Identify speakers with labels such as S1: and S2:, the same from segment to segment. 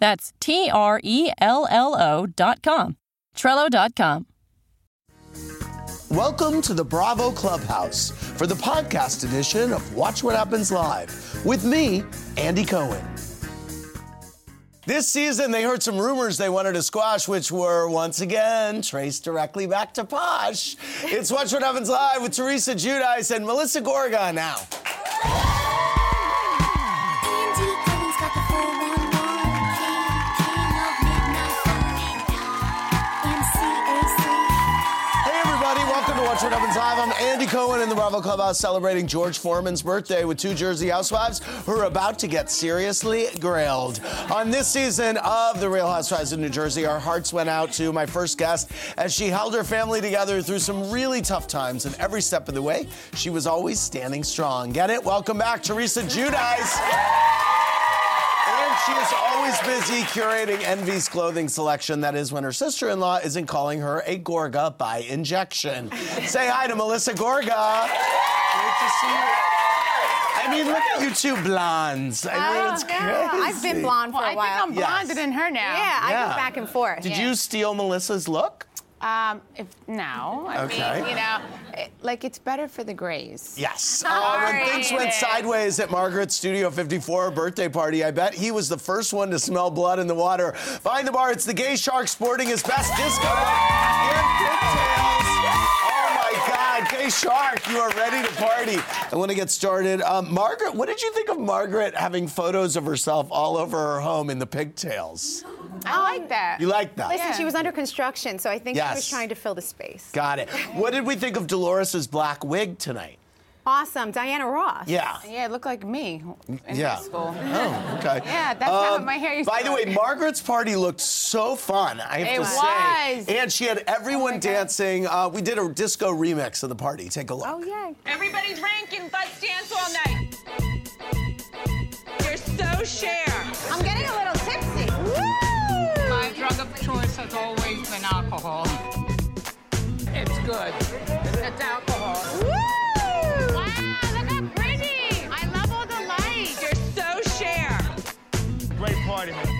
S1: That's T R E L L O.com. Trello.com.
S2: Welcome to the Bravo Clubhouse for the podcast edition of Watch What Happens Live with me, Andy Cohen. This season, they heard some rumors they wanted to squash, which were once again traced directly back to Posh. It's Watch What Happens Live with Teresa Judice and Melissa Gorga now. Hey, everybody, welcome to Watch What Happens Live. I'm Andy Cohen in the Bravo Clubhouse celebrating George Foreman's birthday with two Jersey housewives who are about to get seriously grilled. On this season of The Real Housewives of New Jersey, our hearts went out to my first guest as she held her family together through some really tough times, and every step of the way, she was always standing strong. Get it? Welcome back, Teresa Judice. And she is always busy curating Envy's clothing selection. That is when her sister in law isn't calling her a Gorga by injection. Say hi to Melissa Gorga. Great to see you. I mean, look at you two blondes. I mean, it's crazy.
S3: Oh, I've been blonde for
S4: I
S3: a
S4: think
S3: while.
S4: I'm
S2: Yes.
S4: blonder than her now.
S3: yeah, I
S2: Yeah.
S3: go back and forth.
S2: Did you steal Melissa's look?
S4: Um, if no, I
S2: Okay.
S4: mean, you know, it, like it's better for the grays.
S2: Yes. Uh, when things went sideways at Margaret's Studio 54 birthday party, I bet he was the first one to smell blood in the water. Behind the bar, it's the gay shark sporting his best disco and pigtails. Oh my God, gay shark, you are ready to party. I want to get started. Um, Margaret, what did you think of Margaret having photos of herself all over her home in the pigtails?
S4: I like that.
S2: You like that?
S3: Oh, Listen, she was under construction, so I think she
S2: Yes.
S3: was trying to fill the space.
S2: Got it. What did we think of Dolores's black wig tonight?
S3: Awesome, Diana Ross.
S2: Yeah.
S4: yeah, it looked like me in
S2: Yeah.
S4: high school.
S2: Oh, okay. Um,
S4: Yeah, that's how my hair used
S2: By
S4: to
S2: the way,
S4: look.
S2: Margaret's party looked so fun. I have
S4: It
S2: to
S4: was. Oh
S2: say, and she had everyone dancing. Uh, we did a disco remix of the party. Take a look.
S3: Oh yay.
S5: Everybody's ranking. Let's dance all night. You're so share.
S3: I'm getting a little tipsy.
S6: My drug of choice has always been alcohol. It's good. It's alcohol.
S5: Wow, look how pretty. I love all the lights. You're so share.
S7: Great party, man.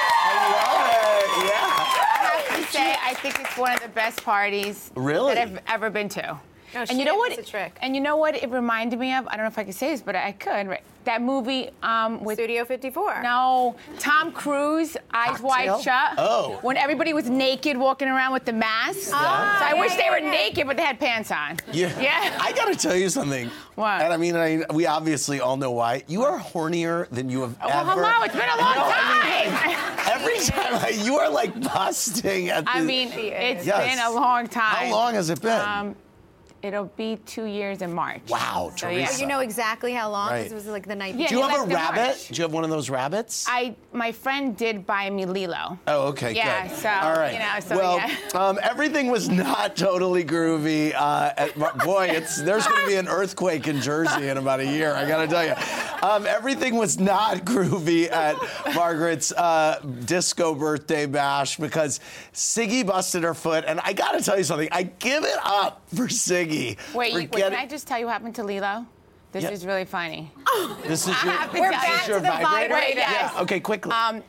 S2: I love it. Yeah.
S4: I have to say, I think it's one of the best parties
S2: Really?
S4: that I've ever been to.
S3: No, she
S4: and you know
S3: didn't
S4: what?
S3: miss a trick.
S4: And you know what? It reminded me of. I don't know if I could say this, but I could. Right? That movie um, with
S3: Studio 54.
S4: No, Tom Cruise, Eyes
S2: Cocktail?
S4: Wide Shut.
S2: Oh.
S4: When everybody was naked walking around with the masks. so I
S3: yeah,
S4: wish they
S3: yeah,
S4: were
S3: yeah.
S4: naked, but they had pants on.
S2: Yeah.
S4: Yeah.
S2: I gotta tell you something.
S4: What?
S2: And I mean, I, we obviously all know why. You are hornier than you have
S4: Well,
S2: ever.
S4: hello, it's been a long
S2: No, I mean,
S4: time.
S2: every time I, you are like busting at the.
S4: I mean, it's
S2: Yes.
S4: been a long time. Um,
S2: How long has it been?
S4: It'll be two years in March.
S2: wow,
S4: so, yeah.
S2: Teresa.
S3: You know exactly how long? 'cause
S2: Right.
S3: It was like the night
S4: Yeah.
S2: Do
S3: before.
S2: you
S4: it
S2: have a
S4: left in March.
S2: rabbit? Do you have one of those rabbits?
S4: I my friend did buy me Lilo.
S2: Oh, okay,
S4: Yeah,
S2: good.
S4: so,
S2: All right.
S4: you know, so,
S2: well,
S4: yeah.
S2: um, everything was not totally groovy. Uh, at, Mar- boy, it's there's going to be an earthquake in Jersey in about a year. I got to tell you, um, everything was not groovy at Margaret's uh, disco birthday bash because Siggy busted her foot, and I got to tell you something. I give it up for Siggy.
S4: Wait,
S2: for
S4: you, wait,
S2: getting-
S4: can I just tell you what happened to Lilo? This
S2: Yeah.
S4: is really funny.
S2: This is your,
S4: have to
S2: this is your
S4: tell you.
S3: We're back to the
S2: vibrator.
S4: vibrator,
S2: Yeah.
S4: yes.
S2: Okay, quickly.
S4: Um,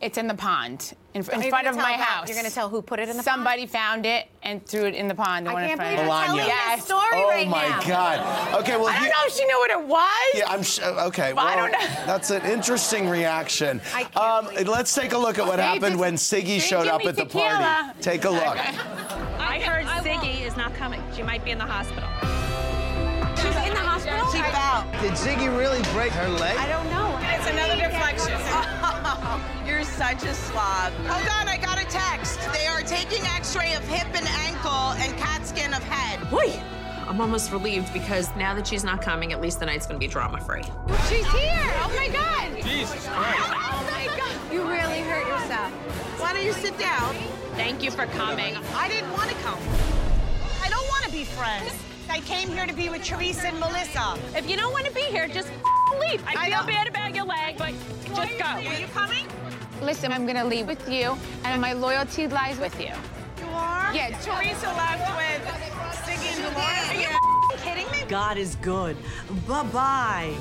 S4: It's in the pond in, fr-
S3: Are
S4: in
S3: you
S4: front of
S3: gonna tell
S4: my
S3: about-
S4: house.
S3: You're gonna tell who put it in the pond?
S4: Somebody found it and threw it in the pond. the
S3: I
S4: one in
S3: can't
S4: front of
S3: believe you're
S4: my
S2: Melania.
S3: telling
S4: Yes.
S3: this story
S2: Oh
S3: right
S2: my
S3: now.
S2: God. Okay, well,
S4: I
S2: he-
S4: don't know if she knew what it was.
S2: Yeah, I'm sure. Okay,
S4: Well, I
S2: well,
S4: don't know.
S2: that's an interesting reaction.
S3: I can't believe
S2: um, let's take a look at what
S4: They
S2: happened
S4: just-
S2: when Siggy
S4: they
S2: showed
S4: give
S2: up
S4: me
S2: at the
S4: tequila.
S2: party. Take a look.
S8: I heard Ziggy is not coming. She might be in the hospital. She's in the hospital? She
S9: fell. Did Ziggy really break her leg?
S3: I don't know.
S8: It's another deflection.
S9: You're such a slob. Oh God, I got a text. They are taking X-ray of hip and ankle and CAT scan of head.
S8: Whee! I'm almost relieved because now that she's not coming, at least the night's gonna be drama free.
S5: She's here. Oh my God.
S7: Jesus Christ.
S5: Oh my God.
S3: You really hurt yourself.
S9: Why don't you sit down?
S8: Thank you for coming.
S9: I didn't want to come. I don't want to be friends. I came here to be with Teresa and Melissa.
S8: If you don't want to be here, just leave. I
S9: I
S8: feel
S9: know.
S8: bad about your leg, but just go.
S9: Are you coming?
S4: Listen, I'm gonna leave with you, and my loyalty lies with you.
S9: You are.
S4: Yeah,
S9: Teresa left with Ziggy and Melissa. Are you f***ing kidding me?
S10: God is good. Bye bye.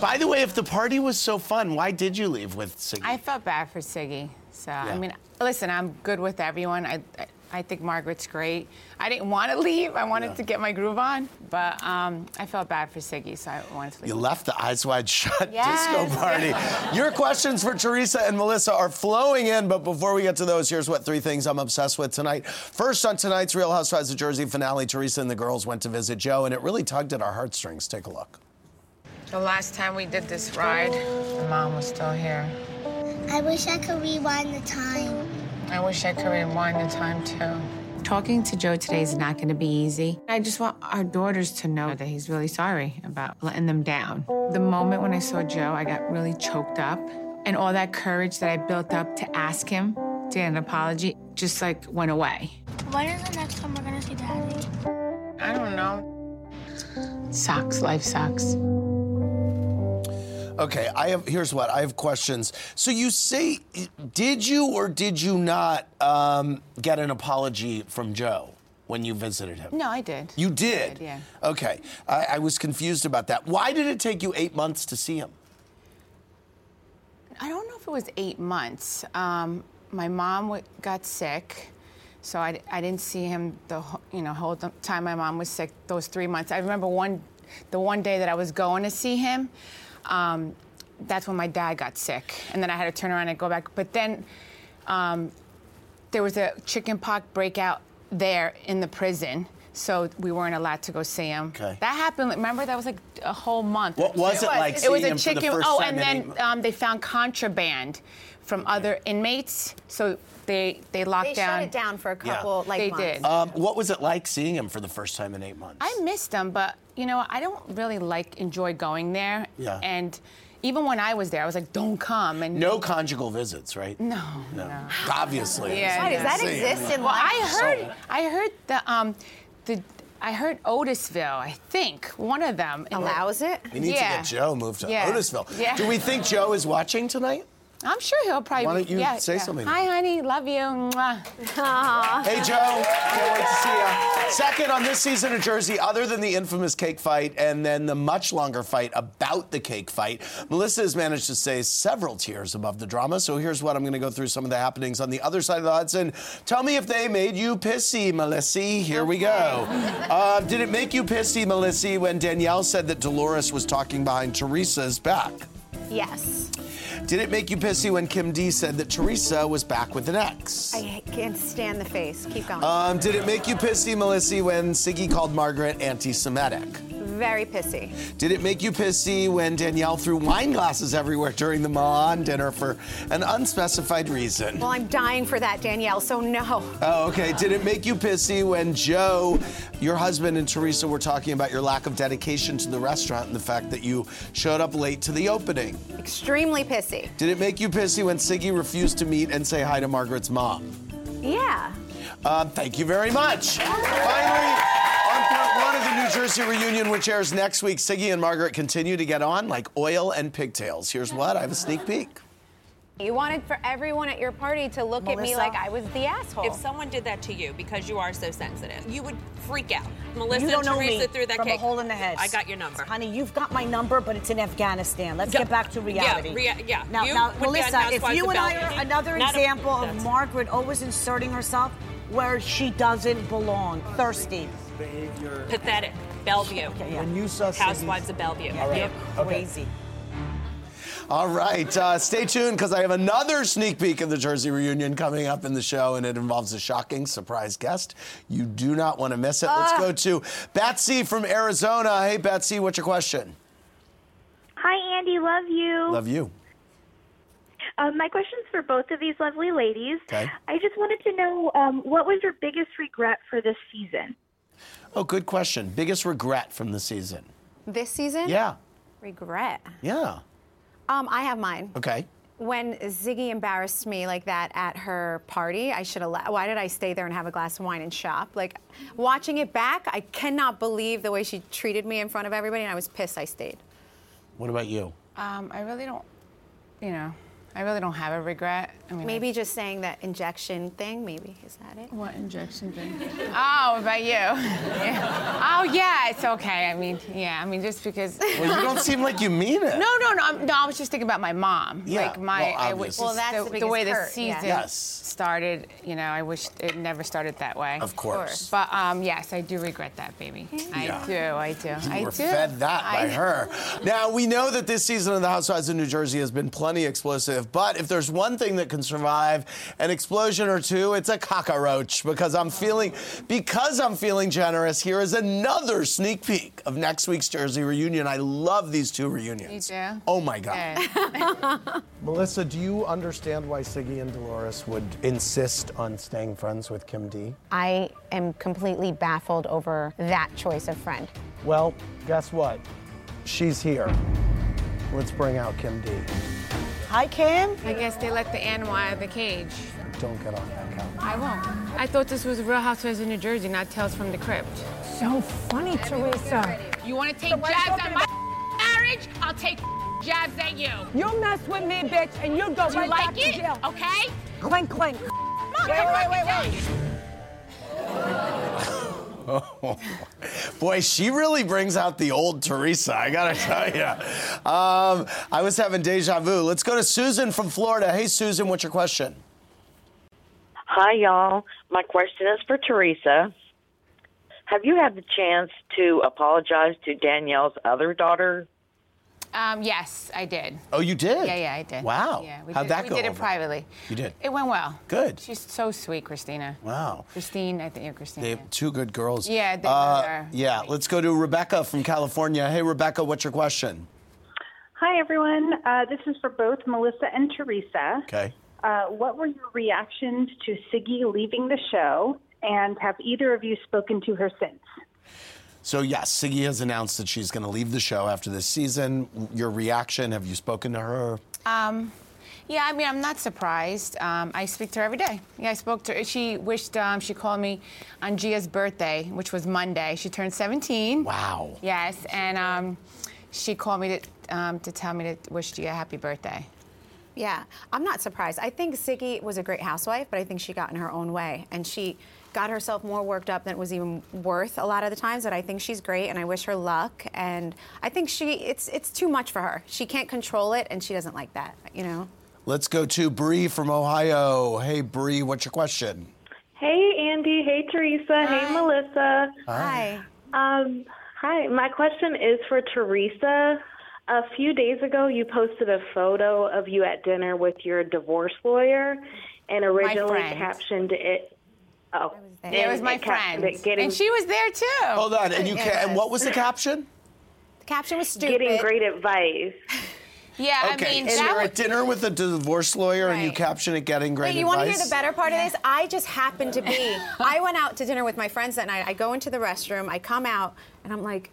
S2: By the way, if the party was so fun, why did you leave with Siggy?
S4: I felt bad for Siggy. So I mean, listen, I'm good with everyone. I, I, I think Margaret's great. I didn't want to leave. I wanted
S2: Yeah.
S4: to get my groove on, but um, I felt bad for Siggy, so I wanted to leave.
S2: You left the eyes wide shut
S4: Yes.
S2: disco party. Your questions for Teresa and Melissa are flowing in, but before we get to those, here's what three things I'm obsessed with tonight. First, on tonight's Real Housewives of Jersey finale, Teresa and the girls went to visit Joe, and it really tugged at our heartstrings. Take a look.
S4: The last time we did this ride, my mom was still here.
S11: I wish I could rewind the time.
S4: I wish I could rewind the time too. Talking to Joe today is not going to be easy. I just want our daughters to know that he's really sorry about letting them down. The moment when I saw Joe, I got really choked up. And all that courage that I built up to ask him to get an apology just like went away.
S11: When is the next time we're gonna see Daddy?
S4: I don't know. Sucks. Life sucks.
S2: Okay, I have. Here's what I have questions. So you say, did you or did you not um, get an apology from Joe when you visited him?
S4: No, I did.
S2: You did.
S4: yeah.
S2: Okay, I, I was confused about that. Why did it take you eight months to see him?
S4: I don't know if it was eight months. Um, my mom w- got sick, so I, I didn't see him the wh- you know whole th- time my mom was sick. Those three months. I remember one, the one day that I was going to see him. Um, that's when my dad got sick, and then I had to turn around and go back. But then um, there was a chicken pox breakout there in the prison. So we weren't allowed to go see him.
S2: Okay.
S4: That happened. Remember, that was like a whole month.
S2: What was it like
S4: It was
S2: seeing
S4: a
S2: him for the
S4: chicken.
S2: first
S4: oh,
S2: time
S4: and
S2: in
S4: then
S2: eight-
S4: um, they found contraband from other inmates, so they they locked
S3: They
S4: down.
S3: shut it down for a couple like
S4: They
S3: months.
S4: did.
S2: Um, what was it like seeing him for the first time in eight months?
S4: I missed them, but you know I don't really like enjoy going there.
S2: Yeah.
S4: And even when I was there, I was like, "Don't come." And
S2: no conjugal visits, right? No. No. Obviously.
S4: Yeah,
S3: Why, does that
S2: See,
S3: exist in
S4: Well,
S3: life?
S4: I heard, I heard the, um, the, I heard Otisville. I think one of them in the-
S3: Allows it?
S2: We need to
S4: Yeah.
S2: get Joe moved to
S4: Yeah.
S2: Otisville.
S4: Yeah.
S2: Do we think Joe is watching tonight?
S4: I'm sure he'll probably.
S2: Why don't you
S4: yeah,
S2: say
S4: yeah.
S2: something?
S4: Hi, honey. Love you. Mwah.
S2: Hey, Joe. Can't wait to see you. Second on this season of Jersey, other than the infamous cake fight and then the much longer fight about the cake fight, Melissa has managed to stay several tiers above the drama. So here's what I'm going to go through some of the happenings on the other side of the Hudson. Tell me if they made you pissy, Melissa. Here we go. Uh, did it make you pissy, Melissa, when Danielle said that Dolores was talking behind Teresa's back?
S3: Yes.
S2: Did it make you pissy when Kim D said that Teresa was back with an ex?
S3: I can't stand the face. Keep going.
S2: Um, did it make you pissy, Melissa, when Siggy called Margaret anti-Semitic?
S3: Very pissy.
S2: Did it make you pissy when Danielle threw wine glasses everywhere during the Milan dinner for an unspecified reason?
S3: Well, I'm dying for that, Danielle, so no.
S2: Oh, okay. Did it make you pissy when Joe, your husband, and Teresa were talking about your lack of dedication to the restaurant and the fact that you showed up late to the opening?
S3: Extremely pissy.
S2: Did it make you pissy when Siggy refused to meet and say hi to Margaret's mom?
S3: Yeah.
S2: Um, thank you very much. Finally, on part one of the New Jersey reunion, which airs next week, Siggy and Margaret continue to get on like oil and pigtails. Here's what I have a sneak peek.
S3: You wanted for everyone at your party to look at me
S8: Melissa?
S3: like I was the asshole.
S8: If someone did that to you because you are so sensitive, you would freak out. Melissa
S12: you don't know
S8: Teresa
S12: me
S8: threw that
S12: from
S8: cake.
S12: a hole in the head.
S8: I got your number.
S12: honey. You've got my number, but it's in Afghanistan. Let's
S8: Yeah.
S12: get back to
S8: Yeah,
S12: reality.
S8: rea- yeah.
S12: Now,
S8: You
S12: now
S8: would be on
S12: Melissa, if
S8: Housewives
S12: you
S8: of
S12: and I
S8: Bel-Air.
S12: are another
S8: Not a-
S12: example of
S8: that's-
S12: Margaret always inserting herself where she doesn't belong, thirsty.
S13: Behavior.
S8: Pathetic. Bellevue.
S13: When you saw
S8: Housewives of Bellevue.
S13: All right.
S8: You're
S13: Okay.
S8: crazy.
S2: All right, uh, stay tuned because I have another sneak peek of the Jersey reunion coming up in the show, and it involves a shocking surprise guest. You do not want to miss it. Let's
S14: Ah.
S2: go to Betsy from Arizona. Hey, Betsy, what's your question?
S14: Hi, Andy. Love you.
S2: Love you.
S14: Uh, my question's for both of these lovely ladies.
S2: Okay.
S14: I just wanted to know um, what was your biggest regret for this season?
S2: Oh, good question. Biggest regret from the season?
S3: This season?
S2: Yeah,
S3: Regret.
S2: yeah.
S3: Um, I have mine.
S2: Okay.
S3: When Ziggy embarrassed me like that at her party, I should have left. Why did I stay there and have a glass of wine and shop? Like, watching it back, I cannot believe the way she treated me in front of everybody, and I was pissed I stayed.
S2: What about you?
S4: Um, I really don't, you know, I really don't have a regret. I mean,
S3: Maybe just saying that injection thing, maybe. Is that it?
S4: What injection thing? Oh, about you. Yeah. Oh, yeah, it's okay. I mean, yeah, I mean, just because.
S2: Well, you don't seem like you mean it.
S4: No, no, no. I'm, no, I was just thinking about my mom.
S2: Yeah,
S4: like my,
S2: well,
S4: I wish
S2: obviously. Well,
S3: that's the
S4: the,
S3: biggest
S4: way the
S3: hurt, yeah.
S4: season
S3: Yes.
S4: started. You know, I wish it never started that way.
S2: Of course.
S4: But um, yes, I do regret that, baby.
S2: Yeah.
S4: I do. I do.
S2: You
S4: I
S2: were
S4: do.
S2: fed that by
S4: I-
S2: her. Now, we know that this season of The Housewives of New Jersey has been plenty explosive, but if there's one thing that can survive an explosion or two, it's a cockroach because I'm feeling because I'm feeling generous, here is another sneak peek of next week's Jersey reunion. I love these two reunions.
S4: You do?
S2: Oh my god.
S15: Melissa, do you understand why Siggy and Dolores would insist on staying friends with Kim D?
S3: I am completely baffled over that choice of friend.
S15: Well, guess what? She's here. Let's bring out Kim D.
S4: Hi, Kim. I guess they let the animal out of the cage.
S15: Don't get on that couch.
S4: I won't. I thought this was Real Housewives of New Jersey, not Tales from the Crypt. So funny, Teresa.
S6: You want to take jabs at my marriage? I'll take jabs at you.
S16: You mess with me, bitch, and you go
S6: Do you
S16: right
S6: like
S16: back
S6: it?
S16: to jail.
S6: Okay.
S16: Clink, clink.
S6: Mom, I fucking tell you.
S2: Boy, she really brings out the old Teresa, I gotta tell you. Um, I was having deja vu. Let's go to Susan from Florida. Hey, Susan, what's your question?
S17: Hi, y'all. My question is for Teresa. Have you had the chance to apologize to Danielle's other daughter?
S4: Um, yes, I did.
S2: Oh, you did?
S4: Yeah, yeah, I did.
S2: Wow.
S4: Yeah,
S2: How'd
S4: did,
S2: that
S4: we
S2: go
S4: did
S2: over?
S4: it privately.
S2: You did.
S4: It went well.
S2: Good.
S4: She's so sweet, Christina.
S2: Wow.
S4: Christine, I think you're Christina.
S2: They have two good girls.
S4: Yeah, they
S2: uh,
S4: are.
S2: yeah. Let's go to Rebecca from California. Hey, Rebecca, what's your question?
S18: Hi, everyone. Uh, this is for both Melissa and Teresa.
S2: Okay.
S18: Uh, what were your reactions to Siggy leaving the show, and have either of you spoken to her since?
S2: So yes, Siggy has announced that she's going to leave the show after this season. Your reaction? Have you spoken to her?
S4: Um, yeah, I mean, I'm not surprised. Um, I speak to her every day. Yeah, I spoke to her. She wished, um, she called me on Gia's birthday, which was Monday. She turned 17.
S2: Wow.
S4: Yes, and um, she called me to, um, to tell me to wish Gia a happy birthday.
S3: Yeah, I'm not surprised. I think Siggy was a great housewife, but I think she got in her own way and she got herself more worked up than it was even worth a lot of the times. But I think she's great and I wish her luck. And I think she it's it's too much for her. She can't control it and she doesn't like that, you know.
S2: Let's go to Bree from Ohio. Hey, Bree, what's your question?
S19: Hey, Andy. Hey, Teresa. Hey, Melissa.
S2: Hi.
S19: Um, hi. My question is for Teresa. A few days ago, you posted a photo of you at dinner with your divorce lawyer, and originally
S4: friend.
S19: captioned it. Oh,
S4: Yeah, it was
S19: and
S4: my
S19: it captioned
S4: friend.
S19: it getting-
S4: and she was there too.
S2: Hold on, and you can. And what was the caption?
S3: The caption was
S19: stupid. Getting great advice.
S4: Yeah,
S2: okay,
S4: I mean,
S2: so
S4: that
S2: you're
S4: was-
S2: at dinner with a divorce lawyer and you caption it "Getting Great
S3: Wait, you
S2: Advice."
S3: want to hear the better part of this? I just happened to be. I went out to dinner with my friends that night. I go into the restroom, I come out, and I'm like,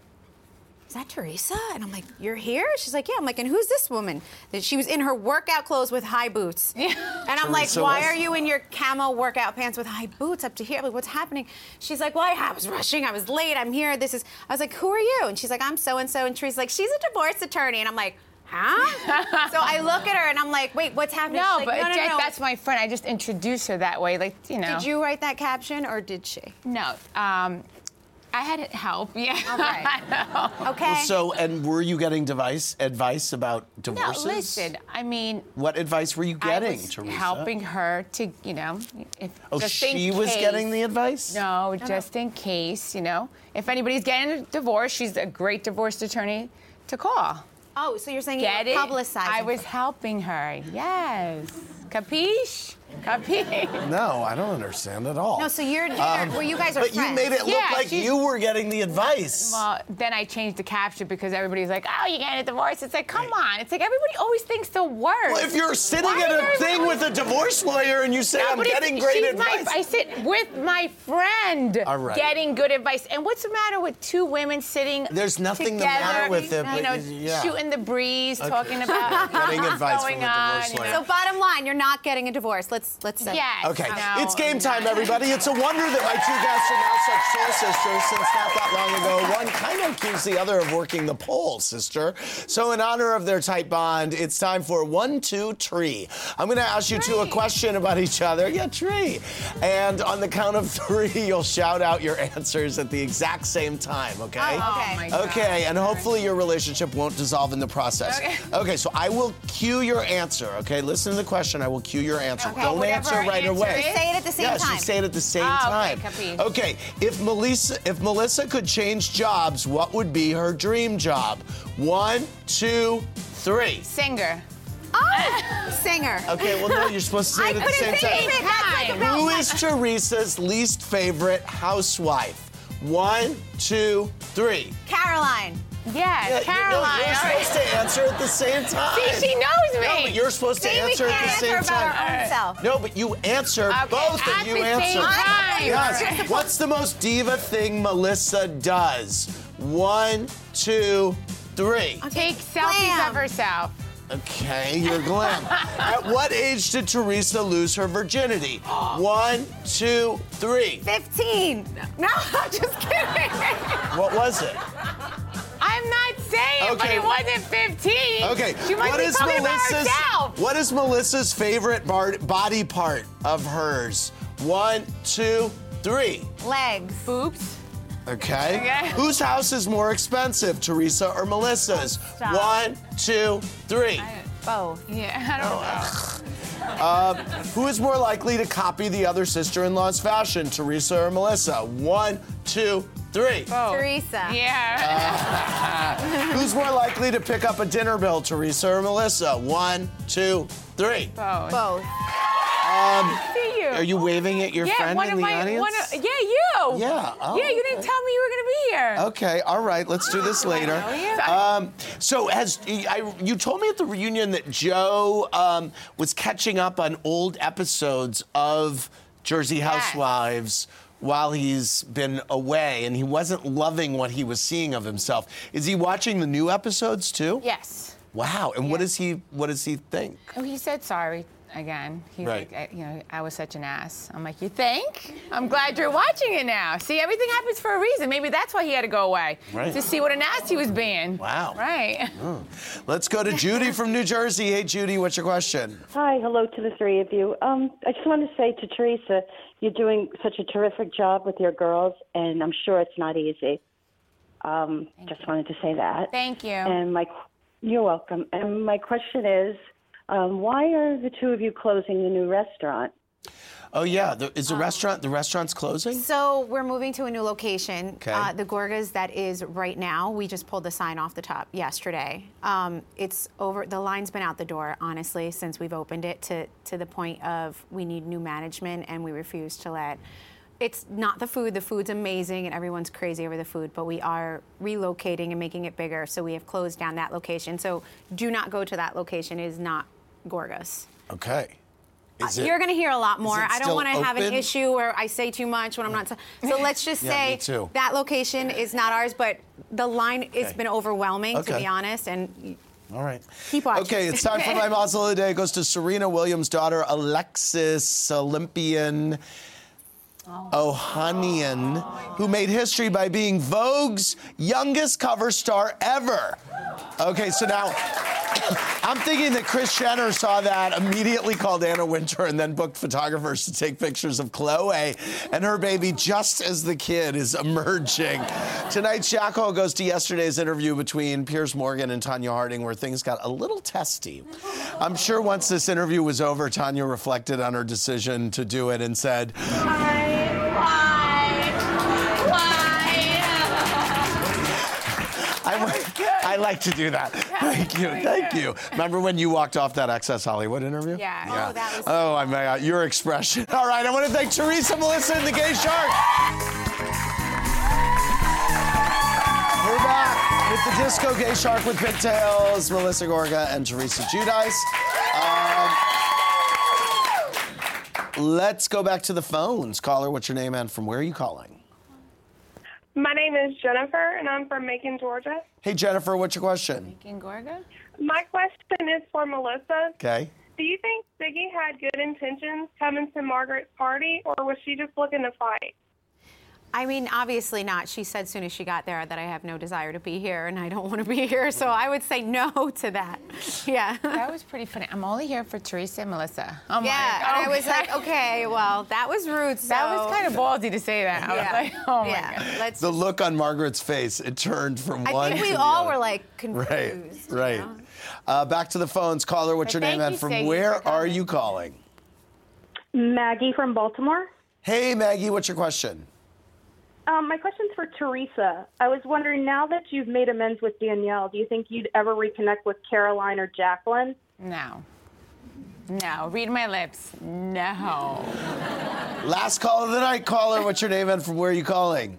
S3: is that Teresa? And I'm like, you're here? She's like, yeah. I'm like, and who's this woman? That she was in her workout clothes with high boots. Yeah. And I'm like,
S20: Teresa
S3: why
S20: was-
S3: are you in your camo workout pants with high boots up to here? I'm like, what's happening? She's like, well, I was rushing. I was late. I'm here. This is. I was like, who are you? And she's like, I'm so and so. And Teresa's like, she's a divorce attorney. And I'm like, huh? so I look at her and I'm like, wait, what's happening?
S4: No,
S3: She's like,
S4: but that- that's my friend. I just introduced her that way, like you know.
S3: Did you write that caption or did she?
S4: No. Um, I had it help. Yeah.
S3: Okay.
S2: Well, so, and were you getting device advice about divorces?
S4: No, listen. I mean,
S2: What advice were you getting,
S4: I was
S2: Teresa?
S4: helping her to, you know, if
S2: Oh,
S4: just in
S2: she was
S4: case-
S2: getting the advice?
S4: No,
S2: no.
S4: just in case, you know, if anybody's getting a divorce, she's a great divorce attorney to call.
S3: Oh, so you're saying you
S4: Get
S3: were
S4: it?
S3: publicizing
S4: I was helping her. Yes. Capiche? Capiche?
S2: No, I don't understand at all.
S4: No, so you're- you're- well, you guys are
S2: Um, But
S4: friends.
S2: you made it look
S4: Yeah,
S2: like
S4: she's-
S2: you were getting the advice.
S4: Well, Uh, then I changed the caption because everybody's like, "Oh, you getting a divorce?" It's like, come on! It's like everybody always thinks the worst.
S2: Well, if you're sitting
S4: Why
S2: at
S4: is
S2: a
S4: everybody
S2: thing
S4: always-
S2: with a divorce lawyer and you say, I'm
S4: Nobody's-
S2: getting great
S4: she's my-
S2: advice.
S4: I sit with my friend,
S2: All right.
S4: getting good advice. And what's the matter with two women sitting?
S2: There's nothing the
S4: together,
S2: matter with them,
S4: You know,
S2: but- yeah.
S4: shooting the breeze,
S2: Okay.
S4: talking about
S2: Getting
S4: what's
S2: advice from
S4: going
S2: a
S4: on.
S2: divorce
S4: you know.
S2: lawyer.
S3: So bottom line, you're not getting a divorce. Let's let's say.
S4: Yes.
S2: Okay, it's game time, everybody. It's a wonder that my two guests are now such soul sisters since not that long ago. One kind of accused the other of working the pole, sister. So, in honor of their tight bond, it's time for one, two, tree. I'm going to ask you two a question about each other. Yeah, tree. And on the count of three, you'll shout out your answers at the exact same time, okay?
S5: Oh, okay. Oh, my God.
S2: Okay, and hopefully your relationship won't dissolve in the process.
S5: Okay.
S2: Okay, so I will cue your answer, okay? Listen to the question, I will cue your answer.
S3: Okay,
S2: Don't
S3: whatever
S2: answer
S3: our
S2: right
S3: answer
S2: away.
S3: is. Say it at the same
S2: yes,
S3: time.
S2: you say it at the same
S3: Ah, okay,
S2: time.
S3: capisce.
S2: Okay, if Melissa if Melissa could change jobs, what would be her dream job? One, two, three.
S4: Singer.
S3: Oh, singer.
S2: Okay, well no, you're supposed to say it at the same time. Who is Teresa's least favorite housewife? One, two, three.
S3: Caroline.
S2: Yeah,
S4: Yes,
S2: you know,
S4: Caroline.
S2: you're
S4: all right.
S2: supposed to answer at the same time.
S4: See, she knows me.
S2: No, but you're supposed
S4: See,
S2: to
S4: we
S2: answer at the
S4: can't
S2: same
S4: answer about
S2: time.
S4: our own All right. self.
S2: No, but you answer. both
S4: at
S2: of you
S4: the same
S2: answer.
S4: time. All
S2: Yes.
S4: right.
S2: What's the most diva thing Melissa does? One, two, three.
S4: Take selfies of herself.
S2: Okay, you're glam. at what age did Teresa lose her virginity? One, two, three.
S3: 15.
S4: No, I'm just kidding.
S2: What was it?
S4: I'm not saying, but
S2: Okay.
S4: it wasn't 15.
S2: Okay.
S4: She might
S2: what
S4: be
S2: is
S4: talking about
S2: Melissa's
S4: herself.
S2: What is Melissa's favorite bar- body part of hers? One, two, three.
S3: Legs.
S4: Boobs.
S2: Okay.
S4: Okay.
S2: Whose house is more expensive, Teresa or Melissa's?
S4: stop.
S2: One, two, three.
S3: Both.
S4: Yeah, I don't know.
S2: Uh, who is more likely to copy the other sister-in-law's fashion, Teresa or Melissa? One, two, three.
S4: Oh.
S3: Teresa.
S2: Uh,
S4: Yeah.
S2: Who's more likely to pick up a dinner bill, Teresa or Melissa? One, two, three.
S4: Both.
S3: Both.
S2: Um,
S4: Oh. See you.
S2: Are you waving at your
S4: yeah,
S2: friend
S4: one
S2: in
S4: of
S2: the
S4: my,
S2: audience?
S4: One of, yeah, you.
S2: Yeah, oh,
S4: yeah, you didn't tell me you were gonna be here.
S2: Okay, all right, let's do this later. Um, so, has I, you told me at the reunion that Joe um, was catching up on old episodes of Jersey Housewives while he's been away, and he wasn't loving what he was seeing of himself. Is he watching the new episodes too?
S4: Yes.
S2: Wow. And what does he what does he think?
S4: Oh, he said sorry again. He's
S2: Right.
S4: like, I, you know, I was such an ass. I'm like, you think? I'm glad you're watching it now. See, everything happens for a reason. Maybe that's why he had to go away.
S2: Right.
S4: To see what an ass he was being.
S2: Wow.
S4: Right.
S2: Oh. Let's go to Judy from New Jersey. Hey, Judy, what's your question?
S13: Hi, hello to the three of you. Um, I just want to say to Teresa, you're doing such a terrific job with your girls, and I'm sure it's not easy. Um, just wanted to say that.
S4: Thank you.
S13: And my, you're welcome. And my question is, um, why are the two of you closing the new restaurant?
S2: Oh yeah, the, is the restaurant the restaurant's closing?
S3: Um, So we're moving to a new location,
S2: Okay.
S3: uh, the Gorgas that is right now. We just pulled the sign off the top yesterday. Um, it's over. The line's been out the door, honestly, since we've opened it to to the point of we need new management, and we refuse to let. It's not the food. The food's amazing, and everyone's crazy over the food. But we are relocating and making it bigger, so we have closed down that location. So do not go to that location. It is not Gorgas.
S2: Okay. Is it-
S3: uh, You're going to hear a lot
S2: is
S3: more.
S2: it
S3: I don't
S2: still
S3: want to have an
S2: open?
S3: issue where I say too much when I'm not. So so let's just
S2: Yeah, me
S3: say
S2: too.
S3: that location is not ours, but the line it's
S2: Okay.
S3: been overwhelming to
S2: Okay.
S3: be honest. And
S2: All right.
S3: Keep watching.
S2: Okay, it's time for my Mazel of the day. It goes to Serena Williams' daughter, Alexis Olympian Ohanian, who made history by being Vogue's youngest cover star ever. Okay, so now I'm thinking that Chris Jenner saw that, immediately called Anna Winter, and then booked photographers to take pictures of Chloe and her baby just as the kid is emerging. Tonight's Jackal goes to yesterday's interview between Piers Morgan and Tanya Harding, where things got a little testy. I'm sure once this interview was over, Tanya reflected on her decision to do it and said, I, wa- I like to do that. Thank you. Thank you. Remember when you walked off that Access Hollywood interview?
S3: Yeah. Oh, that was-
S2: Oh, I my God. Your expression. All right. I want to thank Teresa, Melissa, and the Gay Shark. We're back with the Disco Gay Shark with pigtails, Melissa Gorga and Teresa Judice. Um, let's go back to the phones. Caller, what's your name and from where are you calling?
S20: My name is Jennifer, and I'm from Macon, Georgia.
S2: Hey, Jennifer, what's your question?
S20: My question is for Melissa.
S2: Okay.
S20: Do you think Siggy had good intentions coming to Margaret's party, or was she just looking to fight?
S3: I mean, obviously not. She said soon as she got there that I have no desire to be here and I don't want to be here.
S2: Mm.
S3: So I would say no to that. Yeah.
S4: That was pretty funny. I'm only here for Teresa and Melissa. Oh my
S3: yeah. And I was
S4: God.
S3: like, okay, well, that was rude. So.
S4: That was kind of ballsy to say that. I
S3: Yeah.
S4: was like, oh my
S3: Yeah.
S4: God.
S3: Let's.
S2: The look on Margaret's face, it turned from
S3: I
S2: one
S3: think
S2: to
S3: we
S2: the
S3: all
S2: other.
S3: were like confused.
S2: Right, right. Uh, back to the phones. Caller, what's your
S3: But
S2: name
S3: thank
S2: and
S3: you,
S2: from
S3: Sadie,
S2: where are you calling?
S14: Maggie from Baltimore.
S2: Hey, Maggie, what's your question?
S14: Um, my question's for Teresa. I was wondering now that you've made amends with Danielle, do you think you'd ever reconnect with Caroline or Jacqueline?
S4: No. No. Read my lips. No.
S2: Last call of the night. Caller, what's your name and from where are you calling?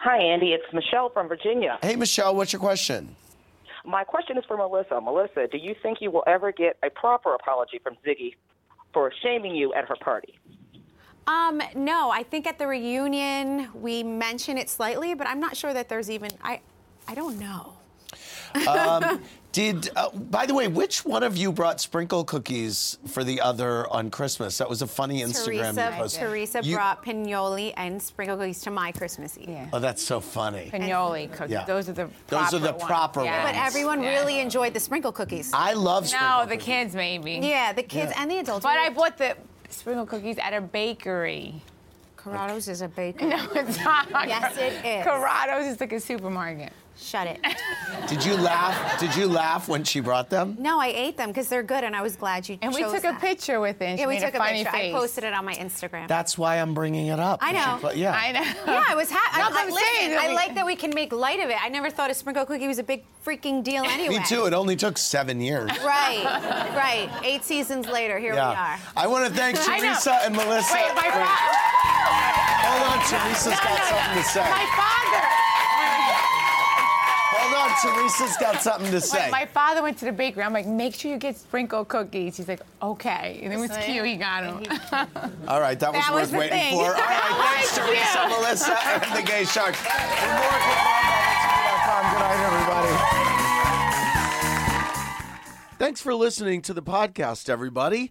S21: Hi, Andy. It's Michelle from Virginia.
S2: Hey, Michelle, what's your question?
S21: My question is for Melissa. Melissa, do you think you will ever get a proper apology from Ziggy for shaming you at her party?
S3: Um, no, I think at the reunion we mention it slightly, but I'm not sure that there's even. I, I don't know.
S2: Um, did, uh, by the way, which one of you brought sprinkle cookies for the other on Christmas? That was a funny Instagram
S3: Teresa,
S2: post.
S3: Teresa
S2: You-
S3: brought pinoli and sprinkle cookies to my Christmas Eve.
S2: Oh, that's so funny.
S4: Pinoli cookies.
S2: Yeah.
S4: Those are the
S2: Those
S4: proper
S2: are the
S4: ones.
S2: proper
S4: Yeah.
S2: ones.
S3: But everyone really enjoyed the sprinkle cookies.
S2: I love sprinkle
S4: No, the kids maybe.
S3: Yeah, the kids and the adults.
S4: But I bought the sprinkle cookies at a bakery.
S3: Corrado's is a bakery.
S4: No, it's not.
S3: Yes, it is.
S4: Corrado's is like a supermarket.
S3: Shut it.
S2: Did you laugh? Did you laugh when she brought them?
S3: No, I ate them because they're good, and I was glad you.
S4: And we
S3: chose
S4: took a
S3: that.
S4: picture with it. and
S3: Yeah,
S4: she
S3: we
S4: made
S3: took a,
S4: funny
S3: picture.
S4: Face.
S3: I posted it on my Instagram.
S2: That's why I'm bringing it up.
S3: I know.
S2: But yeah.
S4: I know.
S3: yeah, I was happy.
S4: No, but
S3: I,
S4: I'm
S3: listen,
S4: saying that
S3: I
S4: we-
S3: like that we can make light of it. I never thought a sprinkle cookie was a big freaking deal anyway.
S2: Me too. It only took seven years.
S3: Right, right. Eight seasons later, here
S2: yeah.
S3: we are.
S2: I want to thank
S3: I know.
S2: Teresa and Melissa.
S3: Wait, my
S2: Wait. Hold on, Teresa's got something to say.
S4: My father.
S2: Hold on, Teresa's got something to say.
S4: Like, my father went to the bakery. I'm like, make sure you get sprinkle cookies. He's like, okay. And it was
S3: Listen.
S4: cute. He got them.
S2: All right, that was
S4: That was
S2: worth
S4: the
S2: waiting
S4: thing.
S2: for. All right, thanks,
S4: Thank
S2: Teresa,
S4: you.
S2: Melissa, and the Gay Shark. For more, click on Good night, everybody. Thanks for listening to the podcast, everybody.